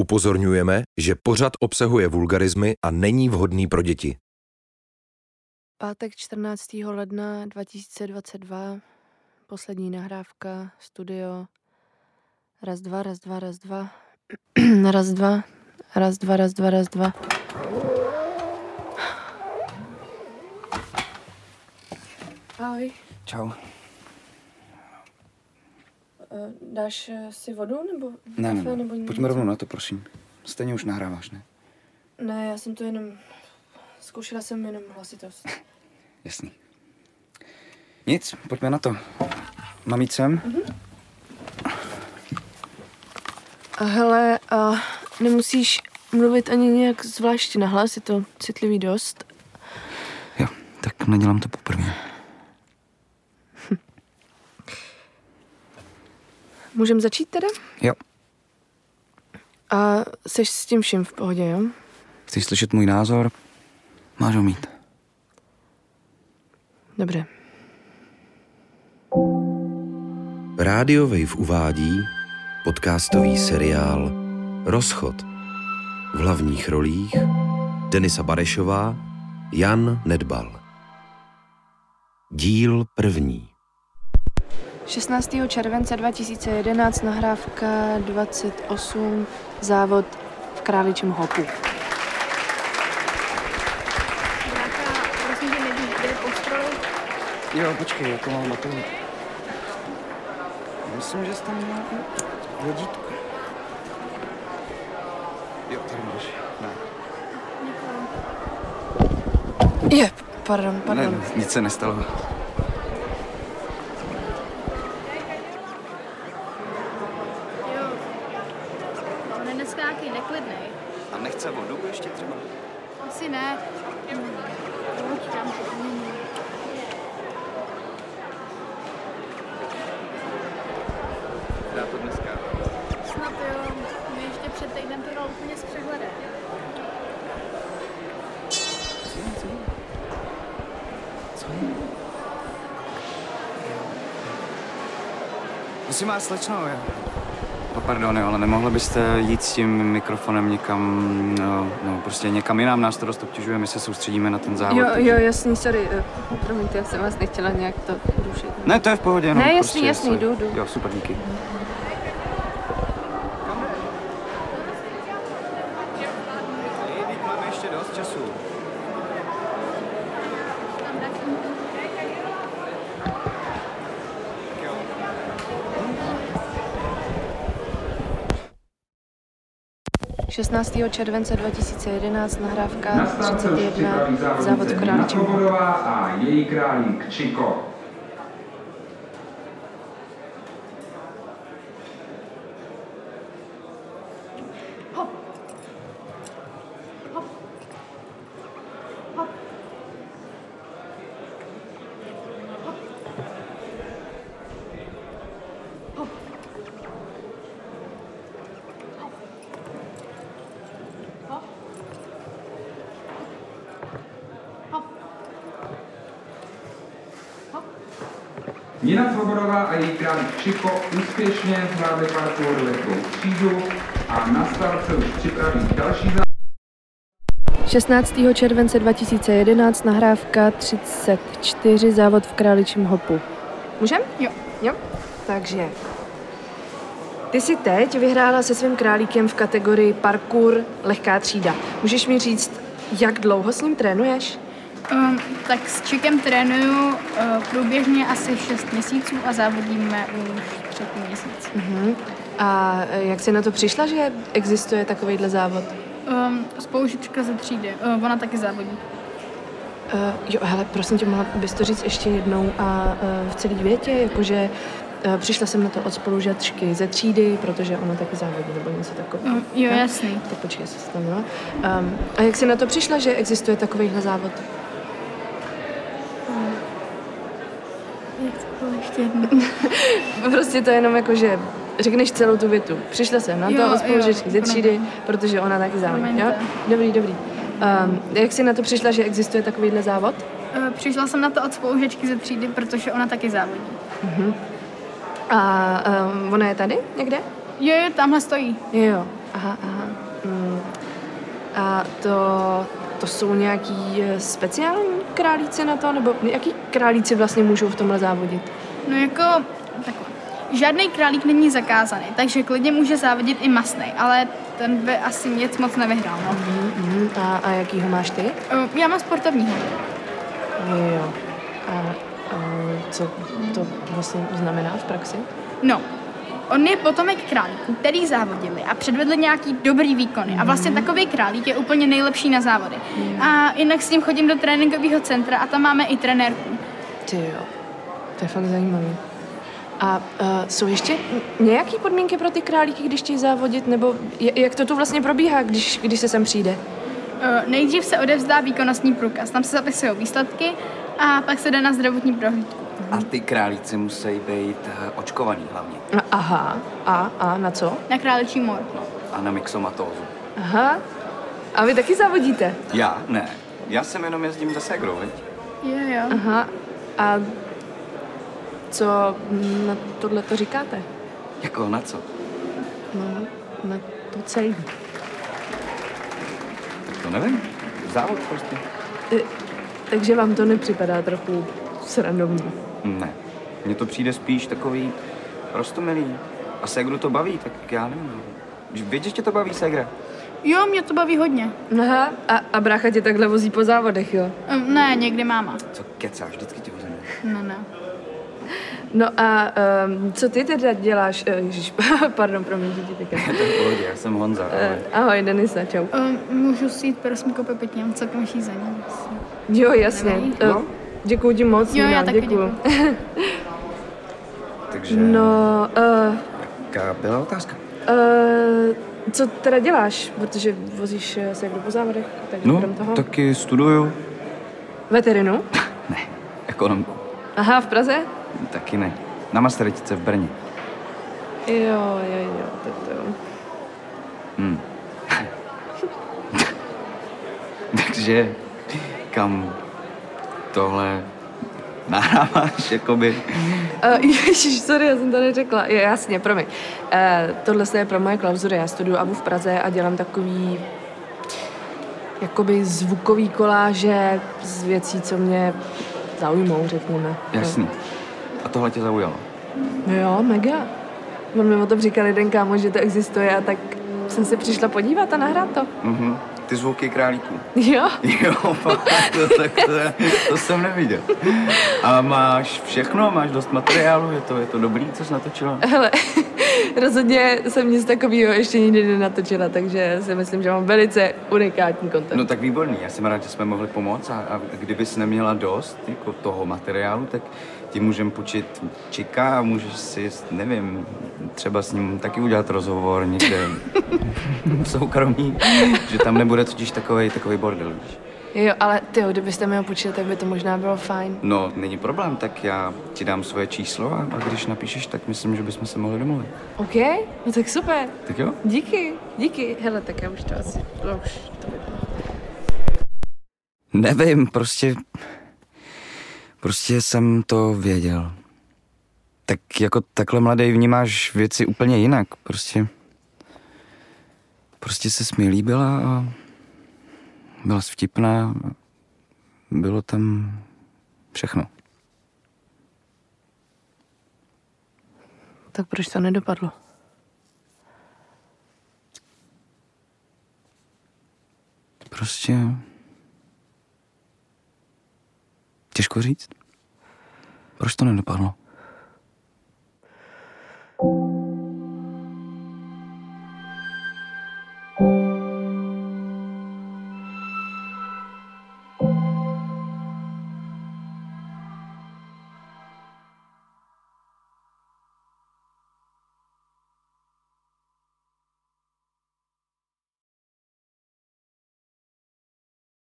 Upozorňujeme, že pořad obsahuje vulgarizmy a není vhodný pro děti. Pátek 14. ledna 2022, poslední nahrávka, studio, raz dva, raz dva, raz dva, raz dva, raz dva, raz dva, raz dva. Ahoj, Čau. Eh, dáš si vodu nebo Ne, ne, ne. Pojďme rovnou na to, prosím. Stejně už nahráváš, ne? Ne, já jsem to jenom, zkoušela jsem jenom hlasitost. Jasný. Nic, pojďme na to. Mám jít sem? A hele, a nemusíš mluvit ani nějak zvláště nahlas, je to citlivý dost. Jo, tak nedělám to poprvé. Můžem začít teda? Jo, A seš s tím vším v pohodě, jo? chceš slyšet můj názor? Máš ho mít. Dobře. Radio Wave uvádí podcastový seriál Rozchod. V hlavních rolích Denisa Barešová, Jan Nedbal. Díl první. 16. července 2011 nahrávka 28 závod v Králičím hopu. Nějaká, prosím tě, nevíš, kde je postroj? Jo, počkej, jako mám na to. Myslím, že jsi tam měl vodítko. Jo, tady máš. Ne, Je, pardon, pardon. ne, nic se nestalo. Jo. On je dneska nějaký neklidnej. A nechce vodu ještě třeba? Asi ne. Hm. Pojď tam, to není. Já to dneska. Snad jo, my ještě před týdnem to dal úplně s přehledem. Musím vás slečno, jo. No pardon, jo, ale nemohla byste jít s tím mikrofonem někam, no, no prostě někam jinam, nás to dost obtěžuje, my se soustředíme na ten závod. Jo, takže- jo, jasný, sorry, eh, promiňte, já jsem vás nechtěla nějak to rušit. Ne, to je v pohodě, Ne, no, jasný, prostě, jasný, jestli- jdu, jdu. Jo, super, díky. Máme ještě dost času. Hm. 16. července 2011 nahrávka Nastávce už 31 připraví závod závodnice v Nina Králičím hopu. Svobodová a její králík Čiko. Nina Svobodová a její králík Čiko úspěšně zvládli parkour lehkou třídu a na starce už připraví další závod. 16. července 2011 nahrávka 34 závod v Králičím hopu. Můžem? Jo. Jo? Takže. Ty jsi teď vyhrála se svým králíkem v kategorii parkour lehká třída. Můžeš mi říct, jak dlouho s ním trénuješ? Um, tak s Čikem trénuju uh, průběžně asi 6 měsíců a závodíme už třetí měsíc. Mhm. A eh, e, jak jsi na to přišla, že existuje takovýhle závod? Um, spolužička ze třídy, uh, ona taky závodí. Uh, jo, hele, prosím tě, mohla bys to říct ještě jednou a uh, v celý větě, jakože uh, přišla jsem na to od spolužačky ze třídy, protože ona taky závodí nebo něco takového. Mm, Um, jo, Ne? jasný. Tak počkej, se stavila. Um, a jak jsi na to přišla, že existuje takovýhle závod? Jak to bylo ještě jedno? Prostě to je jenom jako, že řekneš celou tu větu. Přišla jsem na to Jo, od spolužačky jo, ze třídy, promiň. protože ona taky závodí, Promiňte. jo? Dobrý, dobrý. Um, jak jsi na to přišla, že existuje takovýhle závod? Eh, Přišla jsem na to od spolužečky ze třídy, protože ona taky závodí. A um, ona je tady někde? Jo, jo, tamhle stojí. Jo, aha, aha. Mm. A to, to jsou nějaký eh, speciální králíci na to, nebo jaký králíci vlastně můžou v tomhle závodit? No jako takhle. Žádný králík není zakázaný, takže klidně může závodit i masnej, ale ten by asi nic moc nevyhrál. No. Mhm. Mm, a, a jakýho máš ty? Eh, Já mám sportovního. Jo, jo. A, a co to vlastně znamená v praxi? No, on je potomek králíků, který závodili a předvedli nějaký dobrý výkony. A vlastně takový králík je úplně nejlepší na závody. A jinak s ním chodím do tréninkového centra a tam máme i trenérku. Ty jo, to je fakt zajímavý. A uh, jsou ještě nějaké podmínky pro ty králíky, když chtějí závodit, nebo je, jak to tu vlastně probíhá, když, když se sem přijde? Eh, Nejdřív se odevzdá výkonnostní průkaz, tam se zapisují výsledky a pak se jde na zdravotní prohlídku. A ty králíci musí být eh, očkovaný hlavně. A, No, aha, a, a na co? Na králičí mor. No, a na mixomatózu. Aha, a vy taky závodíte? Já? Ne. Já jsem jenom jezdím za ségrou, viď? Jo, jo. Aha, a co na tohle to říkáte? Jako na co? No, na to celý. To nevím. Závod prostě. Takže vám to nepřipadá trochu srandovní. Ne. Mně to přijde spíš takový rostomilý. A ségru to baví, tak já nevím. no. Víš, že tě to baví ségra? Jo, mě to baví hodně. Aha, a, a brácha tě takhle vozí po závodech, jo? Eh, Ne, někdy máma. Co kecáš, vždycky tě uzemí. Ne, ne. No a um, co ty teda děláš? Eh, Ježiš, pardon, promiň, že ti teďka. To je v pohodě, já jsem Honza, ale... Eh, Ahoj, Denisa, čau. Eh, Můžu si jít prosmíko pepitně, mám celkem ší za ní. Jo, jasně. Nevadí. Eh, Děkuji ti moc, Jo, já Nina, taky děkuju. Takže... No, uh, Jaká byla otázka? uh, co teda děláš? Protože vozíš eh, se jak po závodech, takže No, krom toho. taky studuju. Veterinu? Ne, ekonomku. Aha, v Praze? Taky ne. Na Masaryčce v Brně. Jo, jo, jo, to to. jo. Takže kam tohle nahráváš, jakoby. Uh, ježiš, sorry, já jsem to neřekla. Je, jasně, promiň. Uh, tohle se je pro moje klauzury. Já studuju ABU v Praze a dělám takový jakoby zvukový koláže z věcí, co mě zaujmou, řekněme. Jasný. A tohle tě zaujalo. No jo, mega. On mi o tom říkal jeden kámo, že to existuje a tak jsem se přišla podívat a nahrát to. Mhm. Ty zvuky králíků. Jo, Jo, to, tak to, to, jsem neviděl. A máš všechno, máš dost materiálu, je to, je to dobrý, co jsi natočila? hele, rozhodně jsem nic takového ještě nikdy nenatočila, takže si myslím, že mám velice unikátní kontent. No tak výborný, já jsem rád, že jsme mohli pomoct a, a kdybys neměla dost jako toho materiálu, tak ti můžem půjčit čika a můžeš si, nevím, třeba s ním taky udělat rozhovor někde v soukromí, že tam nebude totiž takovej, takovej bordel, víš. Jo, ale ty, kdybyste mi ho počítali, tak by to možná bylo fajn. No, není problém, tak já ti dám svoje číslo a, a když napíšeš, tak myslím, že bychom se mohli domluvit. OK, no tak super. Tak jo? Díky, díky. Hele, tak já už to asi, no, už to vypadá. Nevím, prostě... Prostě jsem to věděl. Tak jako takhle mladý vnímáš věci úplně jinak, prostě... Prostě se mi líbila a byla vtipná. a Bylo tam všechno. Tak proč to nedopadlo? Prostě... Těžko říct. Proč to nedopadlo?